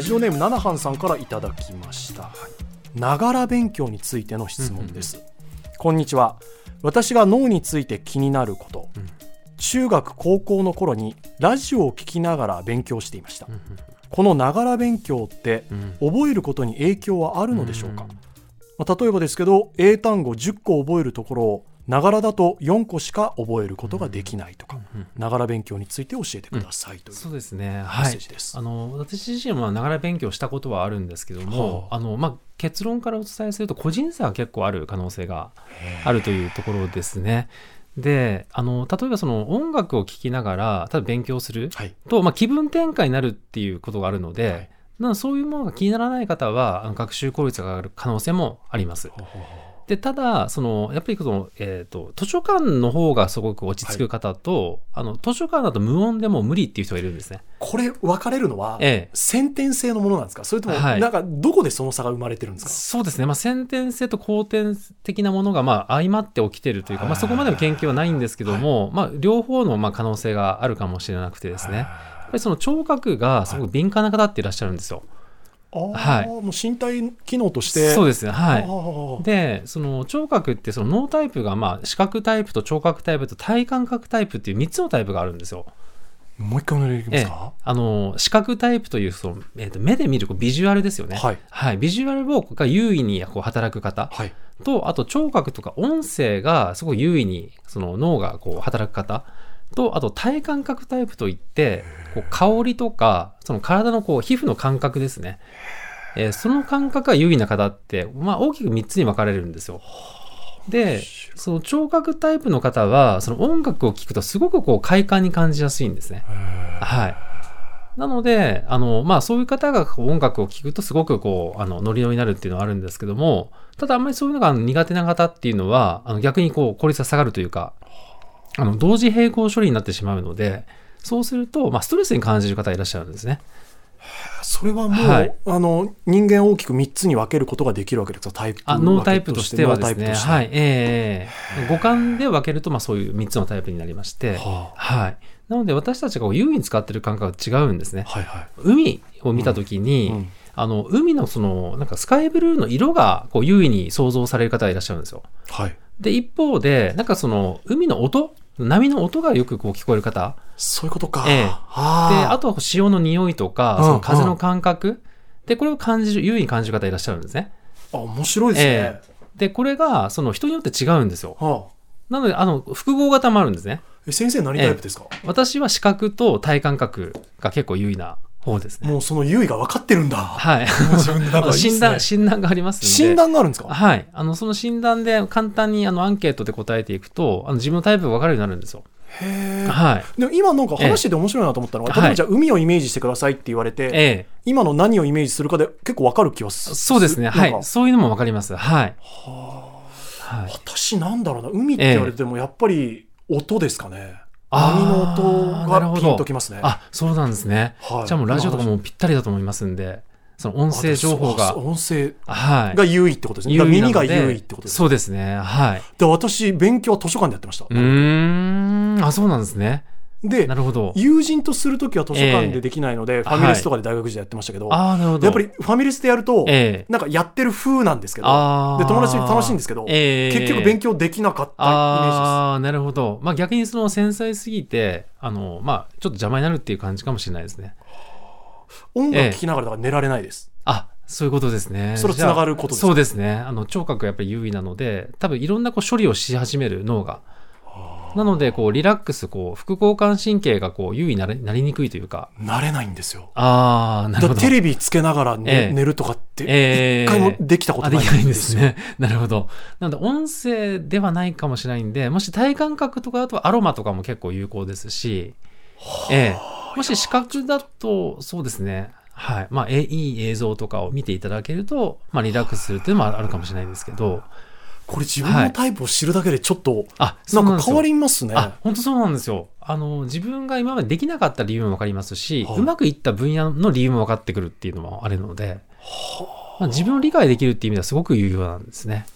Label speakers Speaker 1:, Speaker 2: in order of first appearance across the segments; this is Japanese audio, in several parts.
Speaker 1: ジオネームななはんさんからいただきましたながら勉強についての質問です、こんにちは私が脳について気になること、
Speaker 2: うん
Speaker 1: 中学高校の頃にラジオを聞きながら勉強していました、
Speaker 2: ん
Speaker 1: このながら勉強って
Speaker 2: うん
Speaker 1: 覚えることに影響はあるのでしょうか、まあ例えばですけど英単語10個覚えるところをながらだと4個しか覚えることができないとか
Speaker 2: うん
Speaker 1: ながら勉強について教えてくださいという
Speaker 2: そうですね、
Speaker 1: メッ
Speaker 2: は
Speaker 1: セー
Speaker 2: い、
Speaker 1: ジです。
Speaker 2: あの私自身はながら勉強したことはあるんですけども、
Speaker 1: はあ
Speaker 2: あのまあ、結論からお伝えすると個人差が結構ある可能性があるというところですね。であの例えばその音楽を聴きながらただ勉強する
Speaker 1: はい、
Speaker 2: と、まあ、気分転換になるっていうことがあるので、
Speaker 1: はい
Speaker 2: なのでそういうものが気にならない方はあの学習効率が上がる可能性もあります。でただそのやっぱりこの、えー、と図書館の方がすごく落ち着く方と、あの図書館だと無音でもう無理っていう人がいるんですね。
Speaker 1: これ分かれるのは、
Speaker 2: ええ
Speaker 1: 先天性のものなんですかそれとも、
Speaker 2: はい
Speaker 1: なんかどこでその差が生まれてるんです
Speaker 2: そうですね、まあ、先天性と後天的なものがまあ相まって起きてるというか、まあ、そこまでの研究はないんですけども、まあ、両方のまあ可能性があるかもしれなくてで
Speaker 1: か
Speaker 2: すね、やっぱりその聴覚がすごく敏感な方っていらっしゃるんですよ。
Speaker 1: あー
Speaker 2: はい
Speaker 1: もう身体機能として。
Speaker 2: そうですね、は
Speaker 1: あ
Speaker 2: い
Speaker 1: ー
Speaker 2: でその聴覚ってその脳タイプがまあ視覚タイプと聴覚タイプと体感覚タイプっていう3つのタイプがあるんですよ。
Speaker 1: もう一回お願いできます
Speaker 2: ええ
Speaker 1: か、、
Speaker 2: あの視覚タイプというその、えーと目で見るこうビジュアルですよね、
Speaker 1: はい
Speaker 2: ビジュアルをが優位にこう働く方
Speaker 1: はい。
Speaker 2: とあと聴覚とか音声がすごい優位にその脳がこう働く方とあと体感覚タイプといってこう香りとかその体のこう皮膚の感覚ですね、えーその感覚が優位な方って、まあ、大きく3つに分かれるんですよ。でその聴覚タイプの方はその音楽を聴くとすごくこう快感に感じやすいんですね。はい。なので、あの、まあそういう方がこう音楽を聴くとすごくこう、あの、ノリノリになるっていうのはあるんですけども、ただあんまりそういうのが苦手な方っていうのは、あの逆にこう、効率が下がるというか、あの、同時並行処理になってしまうので、そうすると、まあストレスに感じる方いらっしゃるんですね。
Speaker 1: それはもう、
Speaker 2: はい
Speaker 1: あの人間を大きく3つに分けることができるわけですかタイプ
Speaker 2: あ、脳タイプとしてはです
Speaker 1: 分け
Speaker 2: ね、
Speaker 1: として
Speaker 2: はい、ええええ五感で分けると、まあそういう3つのタイプになりまして、
Speaker 1: は
Speaker 2: はい。なので私たちがこう優位に使ってる感覚が違うんですね
Speaker 1: あ。はいはい。
Speaker 2: 海を見たときに、
Speaker 1: うん
Speaker 2: あの海のそのなんかスカイブルーの色がこう優位に想像される方がいらっしゃるんですよ。
Speaker 1: はい。
Speaker 2: で一方でなんかその海の音波の音がよくこう聞こえる方
Speaker 1: そういうことか。
Speaker 2: ええで
Speaker 1: あ
Speaker 2: あとは潮の匂いとか
Speaker 1: うん
Speaker 2: その風の感覚、でこれを感じる優位に感じる方いらっしゃるんですね。
Speaker 1: あ、面白いですね。
Speaker 2: えでこれがその人によって違うんですよ。
Speaker 1: は
Speaker 2: なのであの複合型もあるんですね。
Speaker 1: あ、え先生何タイプですか、
Speaker 2: 私は視覚と体感覚が結構優位な方ですね。
Speaker 1: もうその優位が分かってるんだ。
Speaker 2: はい。
Speaker 1: 自分の中でいいっすね
Speaker 2: 診断診断が ありますので。
Speaker 1: 診断があるんですか
Speaker 2: はい、あのその診断で簡単にあのアンケートで答えていくとあの自分のタイプが分かるようになるんですよ。
Speaker 1: へえ。
Speaker 2: はい、
Speaker 1: でも今なんか話してて面白いなと思ったのが、
Speaker 2: ええ
Speaker 1: 例えばじゃあ海をイメージしてくださいって言われて、
Speaker 2: ええ、
Speaker 1: 今の何をイメージするかで結構わかる気はす
Speaker 2: そうですね、
Speaker 1: なん
Speaker 2: は
Speaker 1: か
Speaker 2: い、そういうのも分かります。はい、
Speaker 1: はあ
Speaker 2: はい、
Speaker 1: 私なんだろうな、海って言われてもやっぱり音ですかね。波
Speaker 2: あー
Speaker 1: の音
Speaker 2: なる
Speaker 1: が
Speaker 2: ほど
Speaker 1: ピンときますね。
Speaker 2: あそうなんですね。
Speaker 1: はい
Speaker 2: じゃあもうラジオとかもうぴったりだと思いますんで、その音声情報
Speaker 1: あ
Speaker 2: が
Speaker 1: そう、音声
Speaker 2: はい、
Speaker 1: が優位ってことですね。だ
Speaker 2: 優
Speaker 1: から
Speaker 2: 位な
Speaker 1: 耳
Speaker 2: の
Speaker 1: が
Speaker 2: で
Speaker 1: 優位ってことですね。
Speaker 2: そうですね、はい。
Speaker 1: で、私、勉強は図書館でやってました。
Speaker 2: うーん、あそうなんですね。
Speaker 1: で
Speaker 2: な、るほど。
Speaker 1: 友人とするときは図書館でできないので、ファミレスとかで大学時代やってましたけど、
Speaker 2: ああ、なるほど。
Speaker 1: やっぱりファミレスでやると、
Speaker 2: ええ
Speaker 1: なんかやってる風なんですけど、
Speaker 2: あー
Speaker 1: で友達に楽しいんですけど、
Speaker 2: ええ
Speaker 1: 結局勉強できなかったイメージです。
Speaker 2: ああ、なるほど。まあ逆にその繊細すぎて、あの、まあちょっと邪魔になるっていう感じかもしれないですね。
Speaker 1: 音楽聴きながらだから寝られないです。
Speaker 2: あ、そういうことですね。
Speaker 1: それ
Speaker 2: じゃあ
Speaker 1: つながることですか
Speaker 2: そうですね。あの、聴覚がやっぱり優位なので、多分いろんなこう処理をし始める脳が。なので、こう、リラックス、こう、副交感神経がこう、優位になれなりにくいというか。
Speaker 1: 慣れないんですよ。
Speaker 2: ああ、なる
Speaker 1: だか
Speaker 2: ほ
Speaker 1: ら
Speaker 2: ど。
Speaker 1: テレビつけながら寝,、
Speaker 2: ええ
Speaker 1: 寝るとかって、
Speaker 2: ええ
Speaker 1: 一回もできたこと
Speaker 2: あ
Speaker 1: な
Speaker 2: で
Speaker 1: い
Speaker 2: きないん
Speaker 1: ん
Speaker 2: で
Speaker 1: です
Speaker 2: す
Speaker 1: よ。
Speaker 2: ね。なるほど。なので、音声ではないかもしれないんで、もし体感覚とかだとアロマとかも結構有効ですし、ええ、もし視覚だと、そうですね。はい。まあ、えいい映像とかを見ていただけると、まあ、リラックスするっていうのもあるかもしれないんですけど、
Speaker 1: これ自分のタイプを知るだけでちょっと、
Speaker 2: あ、そ
Speaker 1: な
Speaker 2: うんなん
Speaker 1: か
Speaker 2: です
Speaker 1: 変
Speaker 2: よ
Speaker 1: わりますね。
Speaker 2: あ、本当そうなんですよ。あの、自分が今までできなかった理由もわかりますし、
Speaker 1: はいう
Speaker 2: まくいった分野の理由も分かってくるっていうのもあるので、まあ、自分を理解できるっていう意味ではすごく有用なんですね。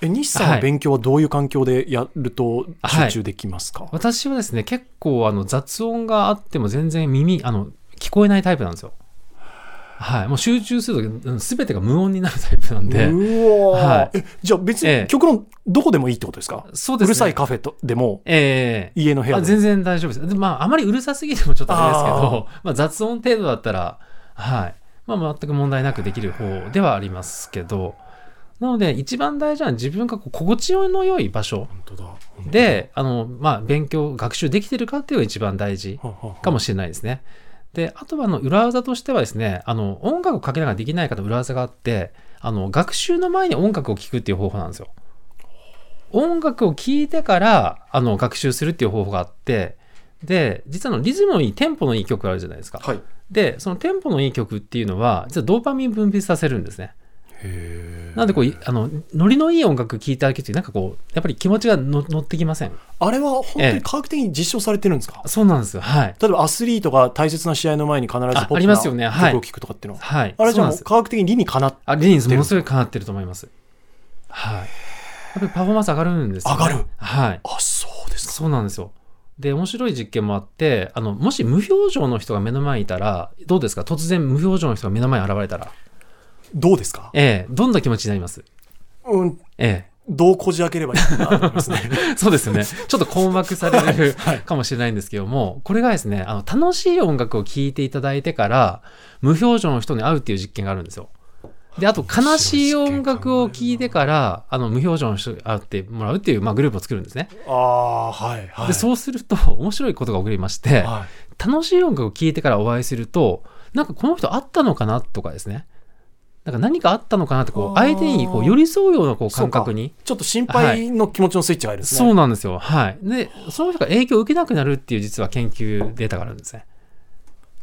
Speaker 1: え西さんは勉強はどういう環境でやると
Speaker 2: はい
Speaker 1: 集中できますか、
Speaker 2: 私はですね結構あの雑音があっても全然耳あの聞こえないタイプなんですよはい、もう集中するとすべてが無音になるタイプなんで、
Speaker 1: うわー、
Speaker 2: はい
Speaker 1: えじゃあ別
Speaker 2: え
Speaker 1: に
Speaker 2: え
Speaker 1: 極論どこでもいいってことですか
Speaker 2: そう
Speaker 1: う
Speaker 2: ですね。
Speaker 1: るさいカフェとでも
Speaker 2: ええ
Speaker 1: 家の部屋で
Speaker 2: あ
Speaker 1: も
Speaker 2: 全然大丈夫です。でまあ、あまりうるさすぎてもちょっとあれですけど、 まあ、雑音程度だったら、はい。まあ、全く問題なくできる方ではありますけど、なので、一番大事なのは自分がこう心地の良い場所
Speaker 1: 本当だ本当だ
Speaker 2: で、あの、まあ、勉強、学習できてるかっていうのが一番大事
Speaker 1: ははは
Speaker 2: かもしれないですね。で、あとは、あの、裏技としてはですね、あの、音楽をかけながらできない方の裏技があって、あの、学習の前に音楽を聴くっていう方法なんですよ。音楽を聴いてから、あの、学習するっていう方法があって、で、実はあのリズムのいい、テンポのいい曲があるじゃないですか。
Speaker 1: はい
Speaker 2: で、そのテンポのいい曲っていうのは、実はドーパミン分泌させるんですね。
Speaker 1: へ
Speaker 2: なんでこう、いあの、ノリのいい音楽聴いてあげると、なんかこう、やっぱり気持ちがの乗ってきません。
Speaker 1: あれは本当
Speaker 2: ええ
Speaker 1: に科学的に実証されてるんですか、
Speaker 2: そうなんですよ。はい。
Speaker 1: 例えばアスリートが大切な試合の前に必ずポッ
Speaker 2: ああ
Speaker 1: プ
Speaker 2: り
Speaker 1: な
Speaker 2: ますよねはい
Speaker 1: 曲を聴くとかっていうのは、
Speaker 2: はい。
Speaker 1: あれじゃ
Speaker 2: そうなん
Speaker 1: も
Speaker 2: です
Speaker 1: う科学的に理にかなって
Speaker 2: あ、リンス
Speaker 1: 出る
Speaker 2: ものすごいかなってると思います。はい。やっぱりパフォーマンス上がるんですよ、ね。
Speaker 1: 上がる
Speaker 2: はい。
Speaker 1: あそうですか
Speaker 2: そうなんですよ。で、面白い実験もあって、あの、もし無表情の人が目の前にいたら、どうですか突然無表情の人が目の前に現れたら。
Speaker 1: どうですか
Speaker 2: ええどんな気持ちになります
Speaker 1: うん
Speaker 2: え
Speaker 1: どうこじ開ければいいかなと思います ね
Speaker 2: えそうですよね。ちょっと困惑されるかもしれないんですけども、これがですね、あの、楽しい音楽を聴いていただいてから、無表情の人に会うっていう実験があるんですよ。で、あと、悲しい音楽を聴いてから、あの、無表情の人に会ってもらうっていう、まあ、グループを作るんですね。
Speaker 1: ああはいはい
Speaker 2: で、そうすると、 面白いことが起こりまして、
Speaker 1: はい
Speaker 2: 楽しい音楽を聴いてからお会いすると、なんかこの人あったのかなとかですね。なんか何かあったのかなって、こう、
Speaker 1: あー
Speaker 2: 相手にこう寄り添うようなこう
Speaker 1: そう
Speaker 2: 感
Speaker 1: か
Speaker 2: 覚に。
Speaker 1: ちょっと心配の気持ちのスイッチが入るんですね、
Speaker 2: そうなんですよ。はい。で、その人が影響を受けなくなるっていう実は研究データがあるんですね。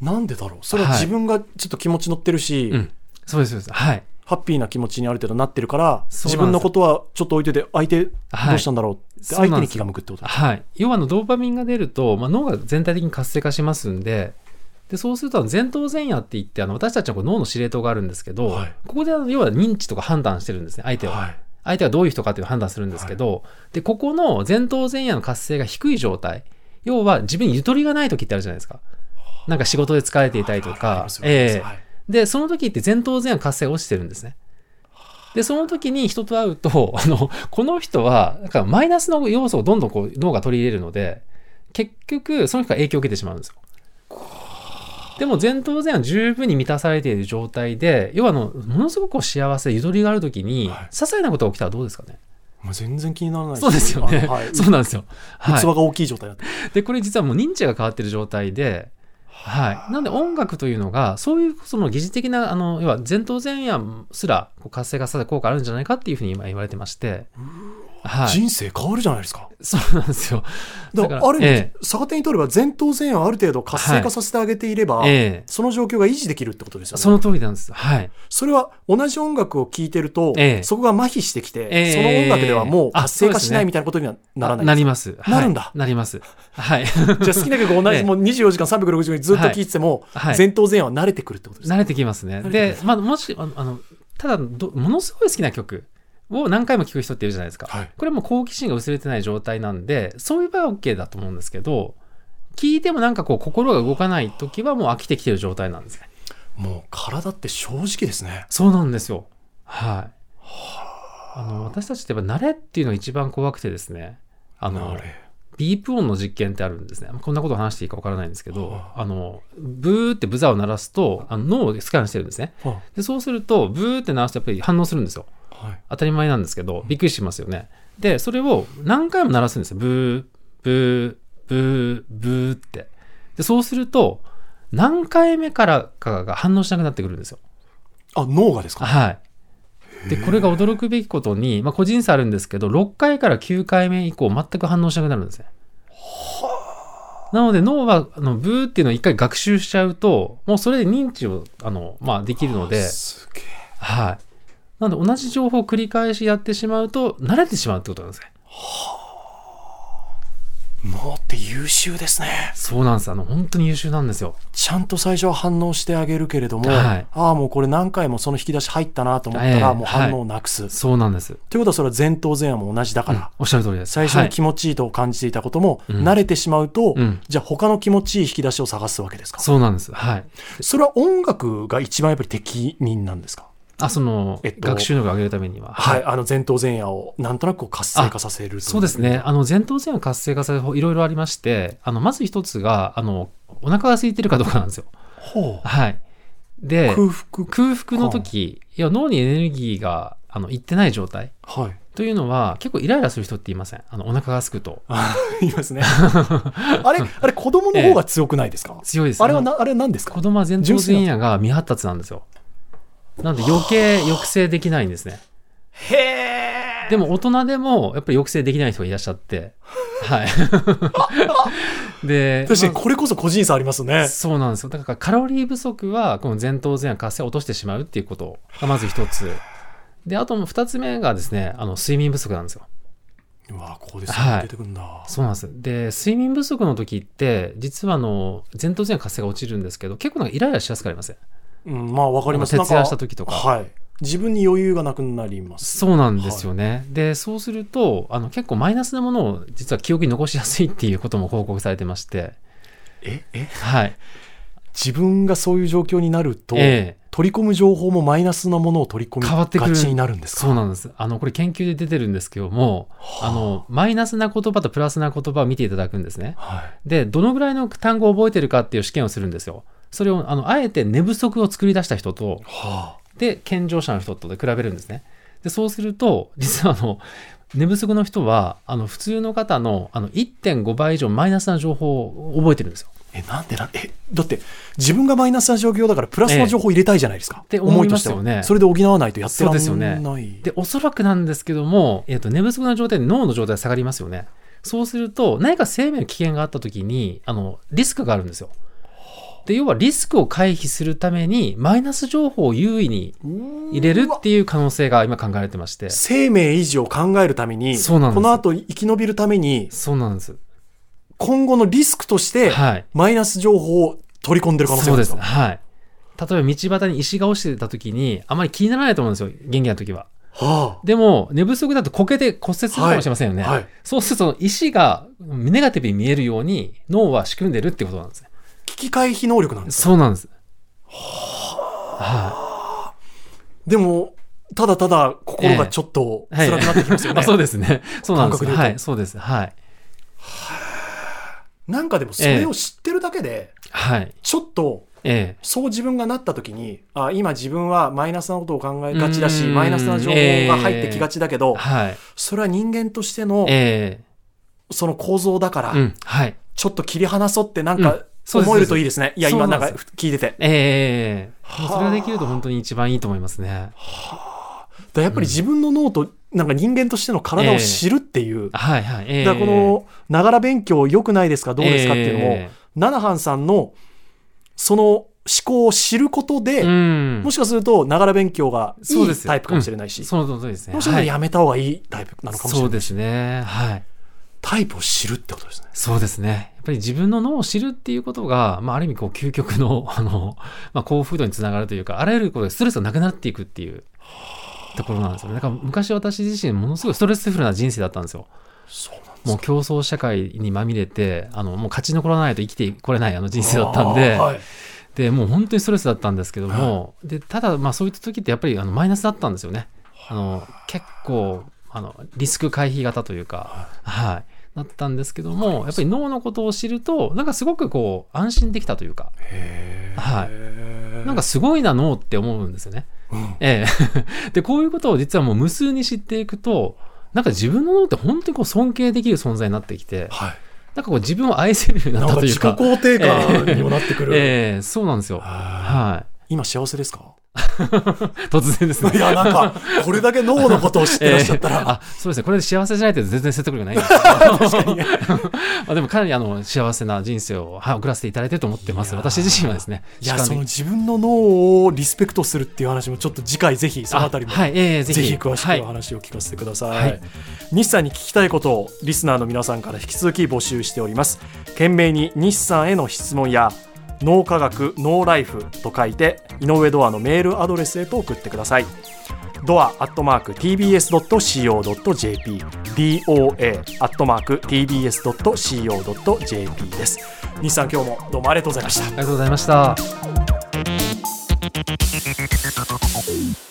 Speaker 1: なんでだろうそれは
Speaker 2: はい
Speaker 1: 自分がちょっと気持ち乗ってるし、
Speaker 2: うん。そうです、そうです。はい。
Speaker 1: ハッピーな気持ちにある程度なってるから
Speaker 2: そうなんです
Speaker 1: 自分のことはちょっと置いてて相手どうしたんだろうって、
Speaker 2: はい
Speaker 1: 相手に気が向くってことだ
Speaker 2: はい。要はあのドーパミンが出ると、まあ、脳が全体的に活性化しますんで、でそうするとあの前頭前野って言ってあの私たちのこう脳の司令塔があるんですけど、
Speaker 1: はい
Speaker 2: ここであの要は認知とか判断してるんですね相手は、
Speaker 1: はい
Speaker 2: 相手がどういう人かという判断するんですけど、でここの前頭前野の活性が低い状態要は自分にゆとりがない時ってあるじゃないですかなんか仕事で疲れていたりと
Speaker 1: あり
Speaker 2: か
Speaker 1: ます、よね
Speaker 2: ええ
Speaker 1: はい
Speaker 2: で、その時って前頭前野活性が落ちてるんですね。で、その時に人と会うと、 あの、この人は、なんかマイナスの要素をどんどんこう脳が取り入れるので、結局、その人が影響を受けてしまうんですよ。でも前頭前野は十分に満たされている状態で、要はあの、ものすごくこう幸せ、ゆとりがある時に、
Speaker 1: はい
Speaker 2: 些細なことが起きたらどうですかね。
Speaker 1: まあ、全然気にならないし
Speaker 2: そうですよね
Speaker 1: あのはい、。
Speaker 2: そうなんですよ。はい
Speaker 1: 器が大きい状態になってる、
Speaker 2: でこれ実はもう認知が変わってる状態で、はい、なんで音楽というのがそういうその疑似的なあの要は前頭前野すらこう活性化させる効果あるんじゃないかっていうふうに今言われてまして、はい、
Speaker 1: 人生変わるじゃないですか
Speaker 2: そうなんですよ
Speaker 1: だからある意味、
Speaker 2: え
Speaker 1: 逆手にとれば前頭前野をある程度活性化させてあげていれば、
Speaker 2: えええ
Speaker 1: その状況が維持できるってことですよね
Speaker 2: その通りなんですはい
Speaker 1: それは同じ音楽を聴いてると、
Speaker 2: ええ
Speaker 1: そこが麻痺してきて、
Speaker 2: ええ
Speaker 1: その音楽ではもう活性化し
Speaker 2: あそうです
Speaker 1: な
Speaker 2: ね
Speaker 1: いみたいなことにはならない。
Speaker 2: ります、はい
Speaker 1: なるんだ
Speaker 2: なりますは い
Speaker 1: じゃあ好きな曲を同じ、
Speaker 2: ええ
Speaker 1: もう24時間360日ずっと聴いてても、
Speaker 2: はい
Speaker 1: 前頭前野は慣れてくるってことですね。
Speaker 2: 慣れてきますね
Speaker 1: 慣れて
Speaker 2: で、まあ、もしあのあのただどものすごい好きな曲を何回も聴く人っているじゃないですか、
Speaker 1: はい
Speaker 2: これも好奇心が薄れてない状態なんでそういう場合は OK だと思うんですけど聞いてもなんかこう心が動かない時はもう飽きてきてる状態なんですね
Speaker 1: もう体って正直ですね。
Speaker 2: そうなんですよはいあの私たちってやっぱ慣れっていうのが一番怖くてですねあ
Speaker 1: 慣
Speaker 2: の
Speaker 1: れ
Speaker 2: ビープ音の実験ってあるんですねこんなこと話していいかわからないんですけどあのブーってブザーを鳴らすとあの脳をスキャンしてるんですね
Speaker 1: は
Speaker 2: でそうするとブーって鳴らすとやっぱり反応するんですよ
Speaker 1: はい、
Speaker 2: 当たり前なんですけど、びっくりしますよね。で、それを何回も鳴らすんですよ。ブー、ブー、ブー、ブーって。で、そうすると、何回目からかが反応しなくなってくるんですよ。
Speaker 1: あ脳がですか
Speaker 2: はい。で、これが驚くべきことに、まあ、個人差あるんですけど、6回から9回目以降、全く反応しなくなるんですね。なので脳はあのブーっていうのを一回学習しちゃうともうそれで認知をあの、まあ、できるのです
Speaker 1: げえ
Speaker 2: はい。なので同じ情報を繰り返しやってしまうと慣れてしまうってことなんですね。
Speaker 1: 脳って優秀ですね
Speaker 2: そうなんです。あの、本当に優秀なんですよ。
Speaker 1: ちゃんと最初は反応してあげるけれども、
Speaker 2: はい
Speaker 1: ああもうこれ何回もその引き出し入ったなと思った
Speaker 2: え
Speaker 1: ら
Speaker 2: え
Speaker 1: もう反応をなくす、
Speaker 2: そうなんです。
Speaker 1: ということはそれは前頭前野も同じだから、
Speaker 2: うんおっしゃる通りです。
Speaker 1: 最初
Speaker 2: は
Speaker 1: に
Speaker 2: い
Speaker 1: 気持ちいいと感じていたことも、
Speaker 2: うん
Speaker 1: 慣れてしまうと、
Speaker 2: うん
Speaker 1: じゃあ他の気持ちいい引き出しを探すわけですか
Speaker 2: そうなんです。はい。
Speaker 1: それは音楽が一番やっぱり適任なんですか
Speaker 2: あ、その、
Speaker 1: えっと
Speaker 2: 学習能力を上げるためには。
Speaker 1: はい、あの前頭前野をなんとなくこう活性化させる
Speaker 2: そうですね。あの、前頭前野活性化される方いろいろありまして、あの、まず一つが、あの、お腹が空いてるかどうかなんですよ。
Speaker 1: ほう
Speaker 2: はい。で、
Speaker 1: 空腹
Speaker 2: 空腹の時、いや脳にエネルギーがあのいってない状態
Speaker 1: はい
Speaker 2: というのは結構イライラする人っていませんあのお腹が空くと
Speaker 1: あ言いますね あれあれ子供の方が強くないですか、
Speaker 2: 強いです
Speaker 1: あれは
Speaker 2: の
Speaker 1: なあれは何ですか
Speaker 2: 子供は前頭前野が未発達なんですよなので余計抑制できないんですね
Speaker 1: へえ
Speaker 2: でも大人でもやっぱり抑制できない人がいらっしゃってはい で
Speaker 1: 確かに
Speaker 2: まあ
Speaker 1: これこそ個人差ありますね、
Speaker 2: そうなんですよだからカロリー不足はこの前頭前野活性を落としてしまうっていうことがまず一つであともう二つ目がですねあの睡眠不足なんですよ
Speaker 1: うわここで
Speaker 2: は
Speaker 1: さ
Speaker 2: い
Speaker 1: 出てくるんだ、
Speaker 2: そうなんです。で、睡眠不足の時って、実はあの、前頭前野活性が落ちるんですけど、結構なんかイライラしやすくなりません。
Speaker 1: うん、まあわかります
Speaker 2: 徹夜し
Speaker 1: な
Speaker 2: た
Speaker 1: ん
Speaker 2: 時とか。
Speaker 1: はい自分に余裕がなくなります
Speaker 2: そうなんですよね。で、そうすると、あの、結構マイナスなものを実は記憶に残しやすいっていうことも報告されてまして、
Speaker 1: ええ
Speaker 2: はい。
Speaker 1: 自分がそういう状況になると、
Speaker 2: ええ
Speaker 1: 取り込む情報もマイナスなものを取り込み
Speaker 2: 変わってくる
Speaker 1: がちになるんですか
Speaker 2: そうなんです。あの、これ研究で出てるんですけども、
Speaker 1: は
Speaker 2: あの、マイナスな言葉とプラスな言葉を見ていただくんですね。
Speaker 1: はい、
Speaker 2: で、どのぐらいの単語を覚えてるかっていう試験をするんですよ。それを、あの、あえて寝不足を作り出した人と、
Speaker 1: は
Speaker 2: で健常者の人とで比べるんですね。でそうすると実はあの寝不足の人はあの普通の方のあの1.5倍以上マイナスな情報を覚えてるんですよ。
Speaker 1: あ、えなんでなんえだって自分がマイナスな状況だからプラスの情報を入れたいじゃないですか、
Speaker 2: ええって
Speaker 1: 思
Speaker 2: 思
Speaker 1: い
Speaker 2: い
Speaker 1: と
Speaker 2: ま
Speaker 1: して
Speaker 2: す
Speaker 1: は
Speaker 2: よね
Speaker 1: それで補わないとやってらんない
Speaker 2: そうですよでおそらくなんですけども、えっと寝不足な状態で脳の状態が下がりますよね。そうすると何か生命の危険があった時にあのリスクがあるんですよ。で要はリスクを回避するためにマイナス情報を優位に入れるっていう可能性が今考えられてまして。
Speaker 1: 生命維持を考えるために
Speaker 2: そうなんです
Speaker 1: この後生き延びるために
Speaker 2: そうなんです。
Speaker 1: 今後のリスクとして
Speaker 2: はい。
Speaker 1: マイナス情報を取り込んでる可能性
Speaker 2: そ
Speaker 1: があ
Speaker 2: う
Speaker 1: るん
Speaker 2: で
Speaker 1: です
Speaker 2: す
Speaker 1: か
Speaker 2: はい例えば道端に石が落ちてた時にあまり気にならないと思うんですよ元気な時は
Speaker 1: は
Speaker 2: でも寝不足だと苔で骨折するかもしれませんよ
Speaker 1: あ
Speaker 2: ね、
Speaker 1: はい、
Speaker 2: そうするとその石がネガティブに見えるように脳は仕組んでるってことなんですね
Speaker 1: 危機回避能力なんです
Speaker 2: そうなんですは
Speaker 1: でもただただ心がちょっと
Speaker 2: い、はい、
Speaker 1: 辛くなってきますよね、
Speaker 2: あそうですねそうなんで
Speaker 1: 感覚で
Speaker 2: す
Speaker 1: 言うと
Speaker 2: はいそうですはい
Speaker 1: なんかでもそれを知ってるだけで
Speaker 2: はい
Speaker 1: ちょっと
Speaker 2: ええ
Speaker 1: そう自分がなった時にあ今自分はマイナスなことを考えがちだし
Speaker 2: うん
Speaker 1: マイナスな情報が入ってきがちだけど、
Speaker 2: はい
Speaker 1: それは人間としての
Speaker 2: え
Speaker 1: その構造だから、
Speaker 2: えうんはい
Speaker 1: ちょっと切り離そうってなんか
Speaker 2: そうです
Speaker 1: 思えるといいですね。いや、
Speaker 2: そう
Speaker 1: 今なんか
Speaker 2: なんで
Speaker 1: 聞いてて。
Speaker 2: ええ
Speaker 1: はあ
Speaker 2: それができると本当に一番いいと思いますね
Speaker 1: だからやっぱり自分の脳と、なんか人間としての体を知るっていう。
Speaker 2: はいはいええ
Speaker 1: だからこの、ながら勉強良くないですかどうですかっていうの
Speaker 2: え
Speaker 1: も、ナナハンさんの、その思考を知ること
Speaker 2: え
Speaker 1: で、
Speaker 2: うん
Speaker 1: もしかすると、ながら勉強がい
Speaker 2: そうで
Speaker 1: い
Speaker 2: す
Speaker 1: タイプかもしれないし、
Speaker 2: その通りですね。
Speaker 1: もしかすると
Speaker 2: はい
Speaker 1: やめた方がいいタイプなのかもしれ
Speaker 2: そ
Speaker 1: な
Speaker 2: う
Speaker 1: い。
Speaker 2: ですね。はい。
Speaker 1: タイプを知るってことですね。
Speaker 2: そうですね。やっぱり自分の脳を知るっていうことが、まあ、ある意味、こう、究極の、 あの、まあ、幸福度につながるというか、あらゆることでストレスがなくなっていくっていうところなんですよね。だから、昔私自身、ものすごいストレスフルな人生だったんですよ。
Speaker 1: そうなんです
Speaker 2: もう
Speaker 1: か
Speaker 2: 競争社会にまみれて、あの、もう勝ち残らないと生きてこれないあの人生だったんで、
Speaker 1: あーはい
Speaker 2: で、もう本当にストレスだったんですけども、で、ただ、まあ、そういった時って、やっぱり、あの、マイナスだったんですよね。あの、結構、あの、リスク回避型というか、はい、なったんですけども、やっぱり脳のことを知ると、なんかすごくこう、安心できたというか、
Speaker 1: へー
Speaker 2: はいなんか、すごいな、脳って思うんですよね。
Speaker 1: うん
Speaker 2: ええ。 で、こういうことを実はもう無数に知っていくと、なんか自分の脳って本当にこう尊敬できる存在になってきて、
Speaker 1: はい。
Speaker 2: なんかこう自分を愛せるように
Speaker 1: な
Speaker 2: なっ
Speaker 1: ん
Speaker 2: た
Speaker 1: か
Speaker 2: という
Speaker 1: 自己
Speaker 2: か、
Speaker 1: 肯定感にもなってくる。
Speaker 2: ええ、そうなんですよ。
Speaker 1: あー
Speaker 2: は
Speaker 1: 今幸せですか
Speaker 2: い。突 然ですね
Speaker 1: いやなんかこれだけ脳のことを知ってらっしゃった
Speaker 2: えー
Speaker 1: ら、
Speaker 2: あそうですねこれで幸せじゃないと全然説得 力ないんですけどまあでもかなりあの幸せな人生を、はい、送らせていただいてると思ってま
Speaker 1: い
Speaker 2: す
Speaker 1: やー
Speaker 2: 私自身はですね
Speaker 1: いや
Speaker 2: 主観
Speaker 1: そ
Speaker 2: 的
Speaker 1: の自分の脳をリスペクトするっていう話もちょっと次回ぜひそのあたりも、
Speaker 2: あはいええぜ
Speaker 1: ぜ
Speaker 2: ひ
Speaker 1: ひ詳しく
Speaker 2: はい
Speaker 1: お話を聞かせてください、
Speaker 2: はい
Speaker 1: 日産に聞きたいことをリスナーの皆さんから引き続き募集しております懸命に日産への質問や脳科学ノーライフと書いて井上ドアのメールアドレスへと送ってくださいドアアットマーク tbs.co.jp doa アットマーク tbs.co.jp です日産今日もどうもありがとうございました
Speaker 2: ありがとうございました